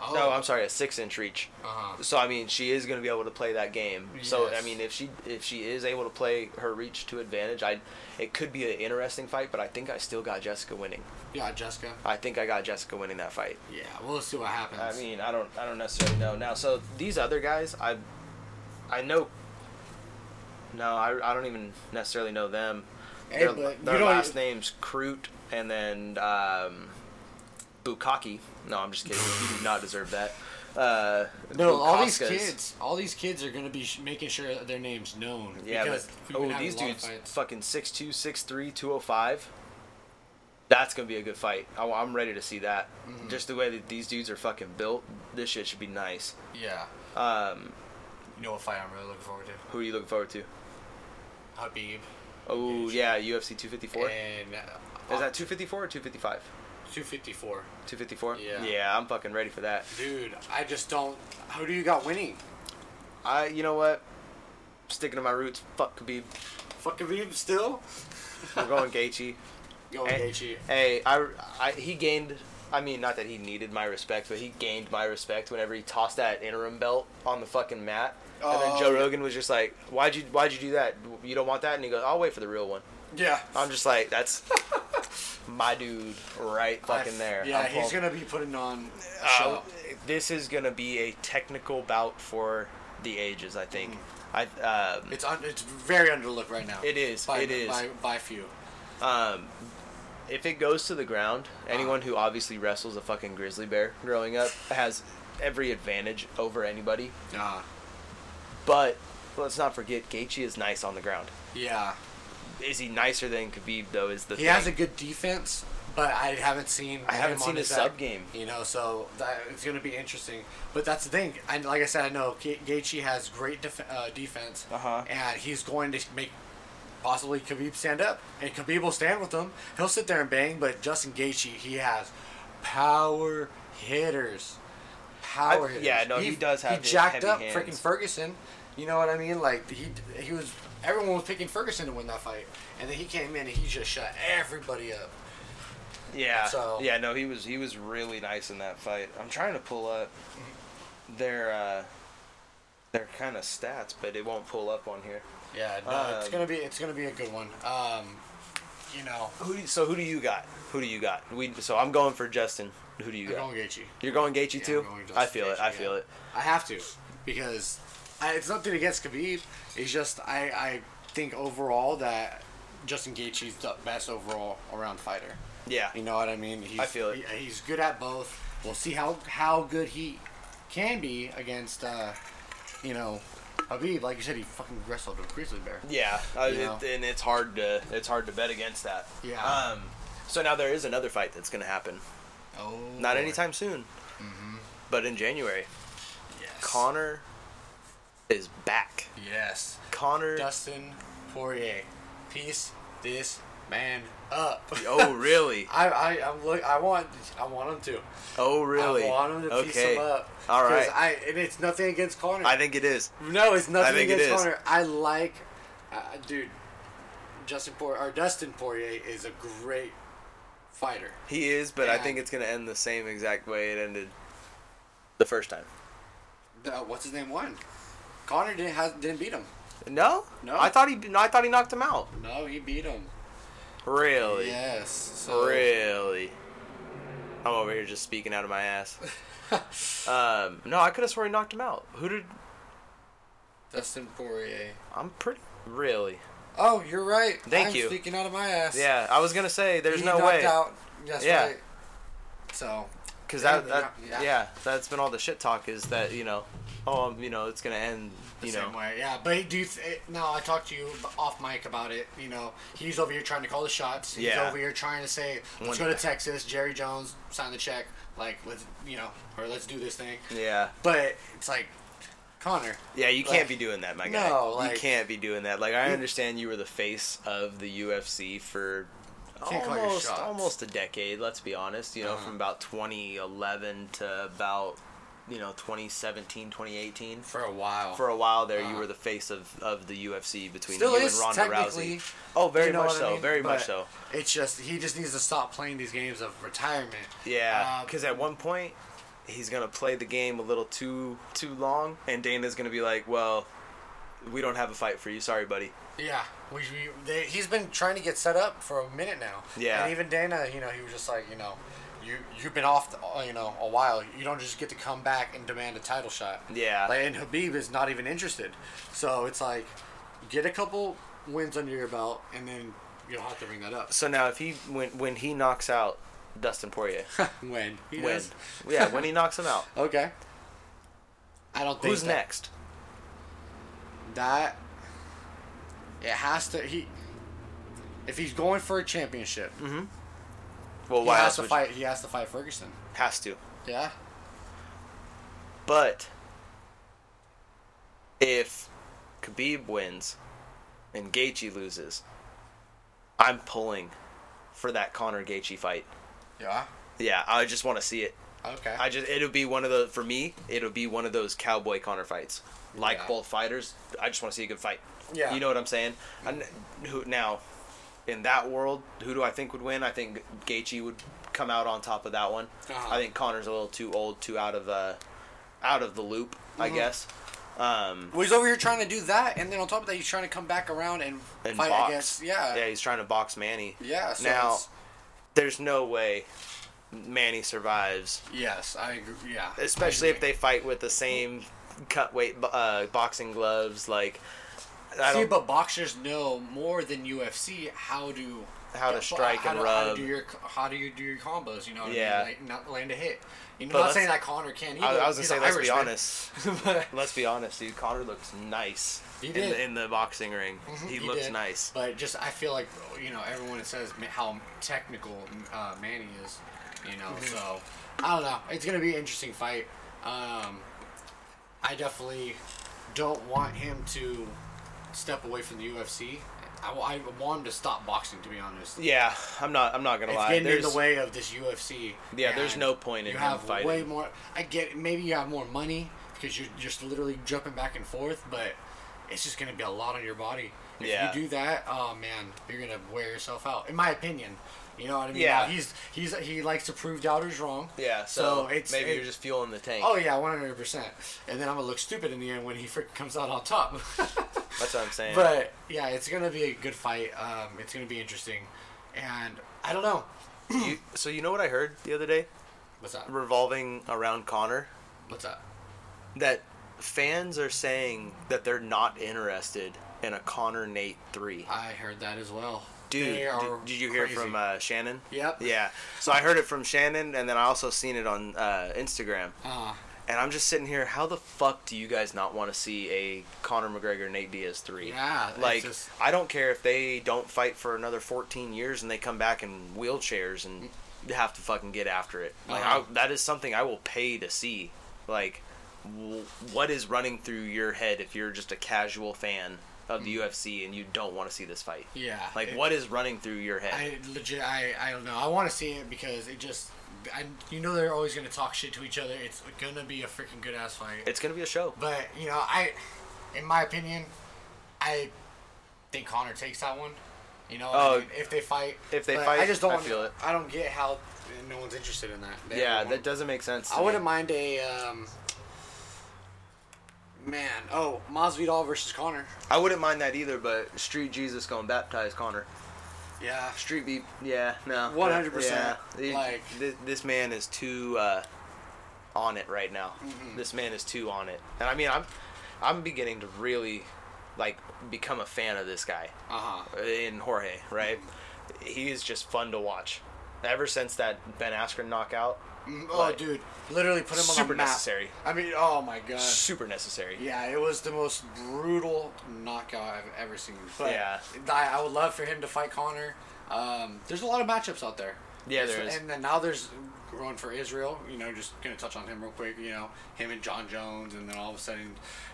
[SPEAKER 3] oh,
[SPEAKER 1] No, I'm sorry, a six inch reach.
[SPEAKER 3] Uh-huh.
[SPEAKER 1] So I mean, she is going to be able to play that game. So I
[SPEAKER 3] Yes.
[SPEAKER 1] mean, if she if she is able to play her reach to advantage, I it could be an interesting fight. But I think I still got Jessica winning.
[SPEAKER 3] Yeah, Jessica.
[SPEAKER 1] I think I got Jessica winning that fight.
[SPEAKER 3] Yeah, we'll see what happens.
[SPEAKER 1] I mean, I don't I don't necessarily know now. So these other guys, I I know. No, I, I don't even necessarily know them.
[SPEAKER 3] Hey,
[SPEAKER 1] their
[SPEAKER 3] but you
[SPEAKER 1] their
[SPEAKER 3] don't e-
[SPEAKER 1] last
[SPEAKER 3] even-
[SPEAKER 1] names Crute and then um, Bukaki. No, I'm just kidding. you do not deserve that. Uh,
[SPEAKER 3] No, all these
[SPEAKER 1] Bukaskas.
[SPEAKER 3] kids, all these kids are gonna be sh- making sure that their names known.
[SPEAKER 1] Yeah, but
[SPEAKER 3] because we've been
[SPEAKER 1] oh,
[SPEAKER 3] having
[SPEAKER 1] these
[SPEAKER 3] a lot of
[SPEAKER 1] dudes
[SPEAKER 3] fights.
[SPEAKER 1] fucking 6'2", 6'3", 205. That's gonna be a good fight. I, am ready to see that.
[SPEAKER 3] Mm-hmm.
[SPEAKER 1] Just the way that these dudes are fucking built, this shit should be nice.
[SPEAKER 3] Yeah.
[SPEAKER 1] Um,
[SPEAKER 3] You know what fight I'm really looking forward to?
[SPEAKER 1] who are you looking forward to?
[SPEAKER 3] Habib.
[SPEAKER 1] Oh yeah, UFC 254.
[SPEAKER 3] And uh,
[SPEAKER 1] Is that 254 or 255?
[SPEAKER 3] 254?
[SPEAKER 1] 254.
[SPEAKER 3] Yeah.
[SPEAKER 1] Yeah, I'm fucking ready for that.
[SPEAKER 3] Dude, I just don't. How do you got winning?
[SPEAKER 1] I, you know what? Sticking to my roots. Fuck Khabib.
[SPEAKER 3] Fuck Habib still?
[SPEAKER 1] We're
[SPEAKER 3] <laughs>
[SPEAKER 1] going Gaethje.
[SPEAKER 3] Yo,
[SPEAKER 1] Hey,
[SPEAKER 3] Gaethje.
[SPEAKER 1] hey, I, I, he gained. I mean, not that he needed my respect, but he gained my respect whenever he tossed that interim belt on the fucking mat. And then
[SPEAKER 3] Oh,
[SPEAKER 1] Joe
[SPEAKER 3] yeah.
[SPEAKER 1] Rogan was just like, "Why'd you, why'd you do that? You don't want that?" And he goes, "I'll wait for the real one."
[SPEAKER 3] Yeah.
[SPEAKER 1] I'm just like,
[SPEAKER 3] <laughs>
[SPEAKER 1] "That's my dude, right fucking there."
[SPEAKER 3] Yeah,
[SPEAKER 1] I'm
[SPEAKER 3] he's
[SPEAKER 1] pumped.
[SPEAKER 3] gonna be putting on. A
[SPEAKER 1] Uh,
[SPEAKER 3] show.
[SPEAKER 1] this is gonna be a technical bout for the ages. I think.
[SPEAKER 3] Mm.
[SPEAKER 1] I um,
[SPEAKER 3] It's un, it's very underlooked right now.
[SPEAKER 1] It is,
[SPEAKER 3] By,
[SPEAKER 1] it is.
[SPEAKER 3] By, by few.
[SPEAKER 1] um, if it goes to the ground, anyone who obviously wrestles a fucking grizzly bear growing up has every advantage over anybody.
[SPEAKER 3] Uh,
[SPEAKER 1] But let's not forget, Gaethje is nice on the ground.
[SPEAKER 3] yeah.
[SPEAKER 1] Is he nicer than Khabib though? Is the
[SPEAKER 3] He
[SPEAKER 1] thing.
[SPEAKER 3] has a good defense, but I haven't seen.
[SPEAKER 1] I haven't
[SPEAKER 3] him on
[SPEAKER 1] seen his
[SPEAKER 3] back,
[SPEAKER 1] sub game.
[SPEAKER 3] You know, so that, it's going to be interesting. But that's the thing. And like I said, I know Ga- Gaethje has great def- uh, defense,
[SPEAKER 1] Uh-huh.
[SPEAKER 3] and he's going to make possibly Khabib stand up, and Khabib will stand with him. He'll sit there and bang. But Justin Gaethje, he has power hitters. Power
[SPEAKER 1] I-
[SPEAKER 3] hitters.
[SPEAKER 1] yeah, no, he does have
[SPEAKER 3] He jacked
[SPEAKER 1] heavy
[SPEAKER 3] up
[SPEAKER 1] hands.
[SPEAKER 3] freaking Ferguson. You know what I mean? Like he he was everyone was picking Ferguson to win that fight, and then he came in and he just shut everybody up.
[SPEAKER 1] Yeah.
[SPEAKER 3] So-
[SPEAKER 1] yeah, no, he was he was really nice in that fight. I'm trying to pull up their uh their kind of stats, but it won't pull up on here.
[SPEAKER 3] Yeah, no, Uh, it's
[SPEAKER 1] Um,
[SPEAKER 3] gonna be it's gonna be a good one. Um, you know,
[SPEAKER 1] Who do you, so who do you got? Who do you got? We so I'm going for Justin. Who do you
[SPEAKER 3] I'm
[SPEAKER 1] got?
[SPEAKER 3] going Gaethje.
[SPEAKER 1] You're going Gaethje
[SPEAKER 3] Yeah,
[SPEAKER 1] too.
[SPEAKER 3] I'm going
[SPEAKER 1] I
[SPEAKER 3] Justin
[SPEAKER 1] feel it.
[SPEAKER 3] Gaethje,
[SPEAKER 1] I feel
[SPEAKER 3] yeah.
[SPEAKER 1] it.
[SPEAKER 3] I have to because I, it's nothing against Khabib. It's just I I think overall that Justin Gaethje's the best overall around fighter.
[SPEAKER 1] Yeah.
[SPEAKER 3] You know what I mean? He's,
[SPEAKER 1] I feel it.
[SPEAKER 3] he- he's good at both. We'll see how how good he can be against uh, you know Habib, like you said, he fucking wrestled a grizzly bear.
[SPEAKER 1] Yeah, uh,
[SPEAKER 3] You know?
[SPEAKER 1] it, and it's hard to it's hard to bet against that.
[SPEAKER 3] Yeah.
[SPEAKER 1] Um, so now there is another fight that's going to happen.
[SPEAKER 3] Oh. Mm-hmm.
[SPEAKER 1] Not anytime soon, but in January,
[SPEAKER 3] Yes.
[SPEAKER 1] Connor is back.
[SPEAKER 3] Yes.
[SPEAKER 1] Connor.
[SPEAKER 3] Dustin Poirier, piece this man up. <laughs>
[SPEAKER 1] Oh really?
[SPEAKER 3] I I I'm look. I want I want him to.
[SPEAKER 1] Oh really?
[SPEAKER 3] I want him to piece him up.
[SPEAKER 1] All
[SPEAKER 3] 'Cause
[SPEAKER 1] right.
[SPEAKER 3] I and it's nothing against Connor.
[SPEAKER 1] I think it is.
[SPEAKER 3] no, it's nothing
[SPEAKER 1] I think it
[SPEAKER 3] against
[SPEAKER 1] is.
[SPEAKER 3] Connor. I like, uh, dude. Justin Poirier or Dustin Poirier is a great fighter.
[SPEAKER 1] He is, but I
[SPEAKER 3] Yeah.
[SPEAKER 1] think it's going to end the same exact way it ended the first time.
[SPEAKER 3] Uh, what's his name won? Connor didn't has, didn't beat him.
[SPEAKER 1] No?
[SPEAKER 3] No.
[SPEAKER 1] I thought he I thought he knocked him out.
[SPEAKER 3] No, he beat him.
[SPEAKER 1] Really?
[SPEAKER 3] Yes. So,
[SPEAKER 1] Really? I'm over here just speaking out of my ass. um, no, I could have sworn he knocked him out. Who did?
[SPEAKER 3] <laughs> Dustin Poirier.
[SPEAKER 1] I'm pretty. Really?
[SPEAKER 3] Oh, you're right.
[SPEAKER 1] Thank
[SPEAKER 3] I'm
[SPEAKER 1] you.
[SPEAKER 3] Speaking out of my ass.
[SPEAKER 1] Yeah, I was gonna say there's
[SPEAKER 3] He
[SPEAKER 1] no
[SPEAKER 3] knocked
[SPEAKER 1] way
[SPEAKER 3] Out. That's
[SPEAKER 1] Yeah.
[SPEAKER 3] right. So
[SPEAKER 1] because
[SPEAKER 3] Yeah,
[SPEAKER 1] that, that yeah.
[SPEAKER 3] yeah.
[SPEAKER 1] that's been all the shit talk is that you know oh um, you know it's gonna end
[SPEAKER 3] the
[SPEAKER 1] you
[SPEAKER 3] same
[SPEAKER 1] know
[SPEAKER 3] way, yeah. But do you th- eh, no? I talked to you b- off mic about it. You know, he's over here trying to call the shots. He's
[SPEAKER 1] Yeah.
[SPEAKER 3] over here trying to say, let's
[SPEAKER 1] One-
[SPEAKER 3] go to Texas. Jerry Jones sign the check. Like let's you know, or let's do this thing.
[SPEAKER 1] yeah
[SPEAKER 3] But it's like Connor.
[SPEAKER 1] yeah you can't
[SPEAKER 3] Like,
[SPEAKER 1] be doing that my
[SPEAKER 3] no,
[SPEAKER 1] guy
[SPEAKER 3] like-
[SPEAKER 1] you can't be doing that like I understand you were the face of the UFC for
[SPEAKER 3] Can't call your
[SPEAKER 1] almost
[SPEAKER 3] shots.
[SPEAKER 1] almost a decade let's be honest you know
[SPEAKER 3] Uh-huh.
[SPEAKER 1] from about 2011 to about you know 2017 2018
[SPEAKER 3] For a while.
[SPEAKER 1] for a while there, you
[SPEAKER 3] Uh-huh.
[SPEAKER 1] were the face of, of the UFC between
[SPEAKER 3] Still
[SPEAKER 1] you
[SPEAKER 3] is,
[SPEAKER 1] and Ronda
[SPEAKER 3] technically.
[SPEAKER 1] Rousey. Oh, very
[SPEAKER 3] You know
[SPEAKER 1] much
[SPEAKER 3] what I
[SPEAKER 1] so,
[SPEAKER 3] mean?
[SPEAKER 1] very much
[SPEAKER 3] But
[SPEAKER 1] so.
[SPEAKER 3] It's just he just needs to stop playing these games of retirement.
[SPEAKER 1] Yeah,
[SPEAKER 3] Um,
[SPEAKER 1] because at one point he's gonna play the game a little too too long, and Dana's gonna be like, "Well, we don't have a fight for you. Sorry, buddy."
[SPEAKER 3] Yeah, we, we, they, he's been trying to get set up for a minute now.
[SPEAKER 1] Yeah.
[SPEAKER 3] and even Dana, you know, he was just like, you know, you you've been off, the, uh, you know, a while. You don't just get to come back and demand a title shot.
[SPEAKER 1] Yeah.
[SPEAKER 3] like, and Habib is not even interested. So it's like, get a couple wins under your belt, and then you'll have to bring that up. <laughs>
[SPEAKER 1] So now, if he when when he knocks out Dustin
[SPEAKER 3] <laughs>
[SPEAKER 1] Poirier,
[SPEAKER 3] when he
[SPEAKER 1] when
[SPEAKER 3] does.
[SPEAKER 1] yeah, when he knocks him out,
[SPEAKER 3] okay. I don't think
[SPEAKER 1] who's
[SPEAKER 3] that-
[SPEAKER 1] next?
[SPEAKER 3] That it has to he. If he's going for a championship,
[SPEAKER 1] Well,
[SPEAKER 3] he
[SPEAKER 1] Mm-hmm. why
[SPEAKER 3] has
[SPEAKER 1] else
[SPEAKER 3] to
[SPEAKER 1] would you-
[SPEAKER 3] fight. He has to fight Ferguson.
[SPEAKER 1] Has to,
[SPEAKER 3] Yeah.
[SPEAKER 1] but if Khabib wins and Gaethje loses, I'm pulling for that Conor Gaethje fight.
[SPEAKER 3] Yeah.
[SPEAKER 1] Yeah, I just want to see it.
[SPEAKER 3] Okay.
[SPEAKER 1] I just it'll be one of the for me it'll be one of those cowboy Connor fights. Like
[SPEAKER 3] Yeah.
[SPEAKER 1] both fighters, I just want to see a good fight.
[SPEAKER 3] Yeah.
[SPEAKER 1] you know what I'm saying. And who now in that world, who do I think would win? I think Gaethje would come out on top of that one.
[SPEAKER 3] Uh-huh.
[SPEAKER 1] I think Connor's a little too old, too out of uh, out of the loop, I
[SPEAKER 3] Mm-hmm.
[SPEAKER 1] guess. Um,
[SPEAKER 3] well, he's over here trying to do that, and then on top of that, he's trying to come back around and,
[SPEAKER 1] and
[SPEAKER 3] fight
[SPEAKER 1] box,
[SPEAKER 3] against. Yeah.
[SPEAKER 1] yeah,
[SPEAKER 3] Yeah.
[SPEAKER 1] he's trying to box Manny.
[SPEAKER 3] so
[SPEAKER 1] now
[SPEAKER 3] it's-
[SPEAKER 1] there's no way Manny survives
[SPEAKER 3] Yes, I agree. Yeah.
[SPEAKER 1] especially
[SPEAKER 3] I
[SPEAKER 1] if
[SPEAKER 3] agree.
[SPEAKER 1] they fight with the same cut weight bo- uh, boxing gloves. Like, I
[SPEAKER 3] See,
[SPEAKER 1] don't
[SPEAKER 3] but boxers know more than UFC how to
[SPEAKER 1] How to strike
[SPEAKER 3] how
[SPEAKER 1] and
[SPEAKER 3] to, How
[SPEAKER 1] rub.
[SPEAKER 3] to do your how do you do your combos? You know, what
[SPEAKER 1] Yeah.
[SPEAKER 3] I mean? like not land a hit. You know,
[SPEAKER 1] But
[SPEAKER 3] I'm not
[SPEAKER 1] let's-
[SPEAKER 3] saying that Connor can either.
[SPEAKER 1] I, I was gonna
[SPEAKER 3] He's
[SPEAKER 1] say,
[SPEAKER 3] an
[SPEAKER 1] let's be
[SPEAKER 3] Irishman.
[SPEAKER 1] honest.
[SPEAKER 3] <laughs> But-
[SPEAKER 1] Let's be honest, dude. Connor looks nice
[SPEAKER 3] He
[SPEAKER 1] in,
[SPEAKER 3] did. Mm-hmm,
[SPEAKER 1] the, in the boxing ring. He, looks
[SPEAKER 3] did.
[SPEAKER 1] nice.
[SPEAKER 3] But just I feel like you know everyone says ma- how technical uh, Manny is, you know.
[SPEAKER 1] Mm-hmm.
[SPEAKER 3] So I don't know. It's gonna be an interesting fight. Um, I definitely don't want him to step away from the UFC. I, wa- I want him to stop boxing, to be honest.
[SPEAKER 1] Yeah, I'm not. I'm not gonna
[SPEAKER 3] It's
[SPEAKER 1] lie.
[SPEAKER 3] getting in
[SPEAKER 1] There's-
[SPEAKER 3] the way of this UFC.
[SPEAKER 1] Yeah, there's
[SPEAKER 3] and
[SPEAKER 1] no point in
[SPEAKER 3] you
[SPEAKER 1] him
[SPEAKER 3] have
[SPEAKER 1] fighting.
[SPEAKER 3] way more. I get maybe you have more money because you're just literally jumping back and forth, but it's just gonna be a lot on your body. If
[SPEAKER 1] Yeah.
[SPEAKER 3] you do that, oh man, you're gonna wear yourself out. In my opinion, you know what I mean.
[SPEAKER 1] Yeah.
[SPEAKER 3] Now, he's he's he likes to prove doubters wrong.
[SPEAKER 1] Yeah, so,
[SPEAKER 3] it's
[SPEAKER 1] maybe
[SPEAKER 3] it-
[SPEAKER 1] you're just fueling the tank.
[SPEAKER 3] Oh yeah, one hundred percent. And then I'm gonna look stupid in the end when he freaking comes out on top. <laughs>
[SPEAKER 1] That's what I'm saying.
[SPEAKER 3] But yeah, it's gonna be a good fight. Um, it's gonna be interesting, and I don't know.
[SPEAKER 1] You- so you know what I heard the other day
[SPEAKER 3] What's up?
[SPEAKER 1] revolving around Connor
[SPEAKER 3] What's up?
[SPEAKER 1] that fans are saying that they're not interested in a Connor Nate three.
[SPEAKER 3] I heard that as well.
[SPEAKER 1] Dude,
[SPEAKER 3] They
[SPEAKER 1] did,
[SPEAKER 3] are
[SPEAKER 1] did you hear
[SPEAKER 3] crazy.
[SPEAKER 1] from uh, Shannon?
[SPEAKER 3] Yep.
[SPEAKER 1] Yeah. So I heard it from Shannon, and then I also seen it on uh, Instagram.
[SPEAKER 3] Uh,
[SPEAKER 1] And I'm just sitting here. How the fuck do you guys not want to see a Conor McGregor Nate Diaz three?
[SPEAKER 3] Yeah, it's
[SPEAKER 1] like
[SPEAKER 3] just-
[SPEAKER 1] I don't care if they don't fight for another 14 years and they come back in wheelchairs and have to fucking get after it. Like
[SPEAKER 3] Uh-huh.
[SPEAKER 1] I, that is something I will pay to see. Like w- what is running through your head if you're just a casual fan of the UFC and you don't want to see this fight?
[SPEAKER 3] Mm-hmm. Yeah,
[SPEAKER 1] Like
[SPEAKER 3] it-
[SPEAKER 1] what is running through your head?
[SPEAKER 3] I legit, I, I don't know. I want to see it because it just, I, you know, they're always gonna talk shit to each other. It's gonna be a freaking good ass fight.
[SPEAKER 1] it's gonna be a show.
[SPEAKER 3] But you know, I, in my opinion, I think Connor takes that one. You know, I
[SPEAKER 1] Oh.
[SPEAKER 3] mean, if they fight,
[SPEAKER 1] If they
[SPEAKER 3] But
[SPEAKER 1] fight,
[SPEAKER 3] I just don't.
[SPEAKER 1] I feel it.
[SPEAKER 3] I don't get how no one's interested in that. They-
[SPEAKER 1] yeah,
[SPEAKER 3] everyone-
[SPEAKER 1] that doesn't make sense. to
[SPEAKER 3] I wouldn't
[SPEAKER 1] me.
[SPEAKER 3] mind a. Um, man, oh, Masvidal versus Connor.
[SPEAKER 1] I wouldn't mind that either, but Street Jesus gonna baptize Connor.
[SPEAKER 3] Yeah.
[SPEAKER 1] Street Beep, yeah, no.
[SPEAKER 3] 100%,
[SPEAKER 1] Yeah. He-
[SPEAKER 3] like-
[SPEAKER 1] thi- this man is too uh, on it right now.
[SPEAKER 3] Mm-hmm.
[SPEAKER 1] This man is too on it. And I mean, I'm I'm beginning to really like become a fan of this guy
[SPEAKER 3] Uh huh.
[SPEAKER 1] in Jorge, right?
[SPEAKER 3] Mm-hmm.
[SPEAKER 1] He is just fun to watch. Ever since that Ben Askren knockout,
[SPEAKER 3] Oh,
[SPEAKER 1] Like,
[SPEAKER 3] dude, literally put him on
[SPEAKER 1] super
[SPEAKER 3] the map.
[SPEAKER 1] necessary.
[SPEAKER 3] I mean, oh my god.
[SPEAKER 1] super necessary.
[SPEAKER 3] Yeah, it was the most brutal knockout I've ever seen. But
[SPEAKER 1] Yeah.
[SPEAKER 3] I, I would love for him to fight Connor. Um, there's a lot of matchups out there.
[SPEAKER 1] Yeah,
[SPEAKER 3] There's-
[SPEAKER 1] there is.
[SPEAKER 3] And then now there's one for Israel. You know, just gonna touch on him real quick. You know, him and John Jones, and then all of a sudden,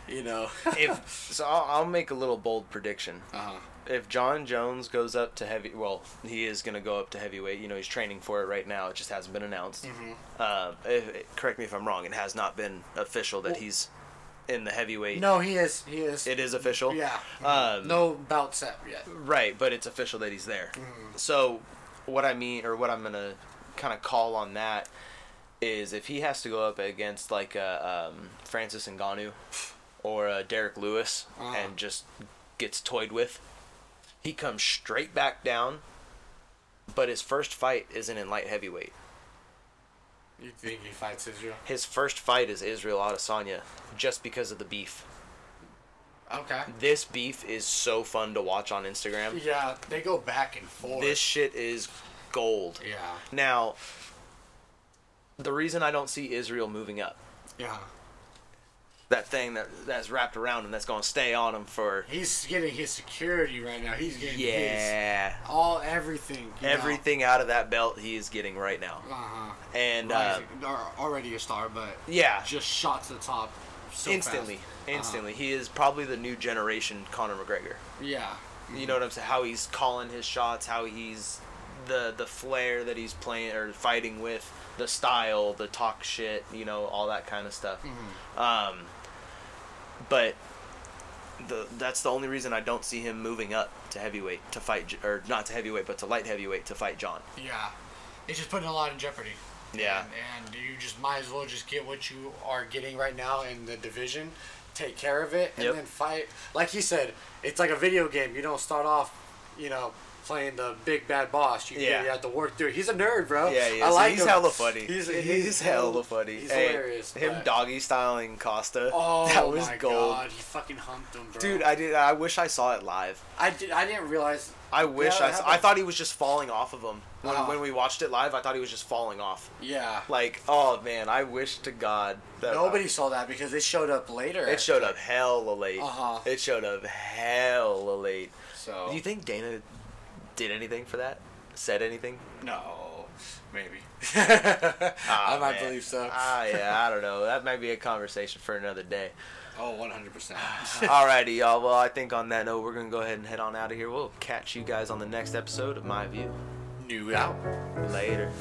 [SPEAKER 3] you know, <laughs>
[SPEAKER 1] If so, I'll, I'll make a little bold prediction.
[SPEAKER 3] uh,
[SPEAKER 1] if John Jones goes up to heavy, well, he is going to go up to heavyweight. You know, he's training for it right now. It just hasn't been announced.
[SPEAKER 3] Mm-hmm.
[SPEAKER 1] Uh, if, correct me if I'm wrong. It has not been official that he's in the heavyweight.
[SPEAKER 3] no, he is, he is.
[SPEAKER 1] it is official.
[SPEAKER 3] Yeah.
[SPEAKER 1] Um,
[SPEAKER 3] no bout set yet.
[SPEAKER 1] Right, but it's official that he's there. So, what I mean, or what I'm gonna kind of call on that is if he has to go up against like uh, um, Francis Ngannou or uh, Derek Lewis
[SPEAKER 3] Uh-huh.
[SPEAKER 1] and just gets toyed with, he comes straight back down. But his first fight isn't in light heavyweight.
[SPEAKER 3] You think he fights Israel?
[SPEAKER 1] His first fight is Israel Adesanya, just because of the beef.
[SPEAKER 3] Okay.
[SPEAKER 1] This beef is so fun to watch on Instagram.
[SPEAKER 3] Yeah, they go back and forth.
[SPEAKER 1] This shit is gold.
[SPEAKER 3] yeah.
[SPEAKER 1] Now, the reason I don't see Israel moving up,
[SPEAKER 3] Yeah.
[SPEAKER 1] that thing that that's wrapped around him, that's going to stay on him for
[SPEAKER 3] He's getting his security right now. He's getting his.
[SPEAKER 1] yeah,
[SPEAKER 3] all everything. you know.
[SPEAKER 1] everything out of that belt he is getting right now,
[SPEAKER 3] Uh-huh.
[SPEAKER 1] and uh,
[SPEAKER 3] Rising- or already a star, but
[SPEAKER 1] yeah,
[SPEAKER 3] just shot to the top so
[SPEAKER 1] instantly,
[SPEAKER 3] fast. Uh-huh.
[SPEAKER 1] instantly, he is probably the new generation Conor McGregor.
[SPEAKER 3] Yeah.
[SPEAKER 1] You know what I'm saying? How he's calling his shots, how he's the the flair that he's playing or fighting with, the style, the talk shit, you know, all that kind of stuff. Um, but the that's the only reason I don't see him moving up to heavyweight to fight, J- or not to heavyweight, but to light heavyweight to fight John.
[SPEAKER 3] Yeah. It's just putting a lot in jeopardy.
[SPEAKER 1] Yeah.
[SPEAKER 3] And, and you just might as well just get what you are getting right now in the division, take care of it, and
[SPEAKER 1] Yep.
[SPEAKER 3] then fight. Like he said, it's like a video game. You don't start off, you know, playing the big bad boss. You,
[SPEAKER 1] Yeah.
[SPEAKER 3] you have to work through it. He's a nerd, bro.
[SPEAKER 1] Yeah, he
[SPEAKER 3] I
[SPEAKER 1] is.
[SPEAKER 3] like
[SPEAKER 1] he's
[SPEAKER 3] him.
[SPEAKER 1] hella funny.
[SPEAKER 3] He's,
[SPEAKER 1] He's, hella funny.
[SPEAKER 3] He's
[SPEAKER 1] Hey,
[SPEAKER 3] hilarious.
[SPEAKER 1] Him
[SPEAKER 3] but-
[SPEAKER 1] doggy styling Costa. <laughs>
[SPEAKER 3] Oh
[SPEAKER 1] that was
[SPEAKER 3] my
[SPEAKER 1] gold.
[SPEAKER 3] god, he fucking humped him, bro.
[SPEAKER 1] Dude, I did. I wish I saw it live.
[SPEAKER 3] I, did, I didn't realize.
[SPEAKER 1] I wish
[SPEAKER 3] Yeah,
[SPEAKER 1] I.
[SPEAKER 3] that
[SPEAKER 1] Saw, I
[SPEAKER 3] happened.
[SPEAKER 1] thought he was just falling off of him when,
[SPEAKER 3] Oh.
[SPEAKER 1] when we watched it live. I thought he was just falling off.
[SPEAKER 3] Yeah.
[SPEAKER 1] Like, oh man, I wish to God that
[SPEAKER 3] Nobody saw that because it showed up later.
[SPEAKER 1] It showed up hella late.
[SPEAKER 3] Uh-huh. Oh.
[SPEAKER 1] It showed up hella late.
[SPEAKER 3] So.
[SPEAKER 1] Do you think Dana did anything for that? Said anything?
[SPEAKER 3] No. Maybe. <laughs>
[SPEAKER 1] Ah,
[SPEAKER 3] I might
[SPEAKER 1] man.
[SPEAKER 3] believe so.
[SPEAKER 1] Ah, yeah, I don't know. That might be a conversation for another
[SPEAKER 3] <laughs>
[SPEAKER 1] day.
[SPEAKER 3] oh, 100%.
[SPEAKER 1] Alrighty, y'all. Well, I think on that note, we're gonna go ahead and head on out of here. We'll catch you guys on the next episode of My View.
[SPEAKER 3] New out.
[SPEAKER 1] Later.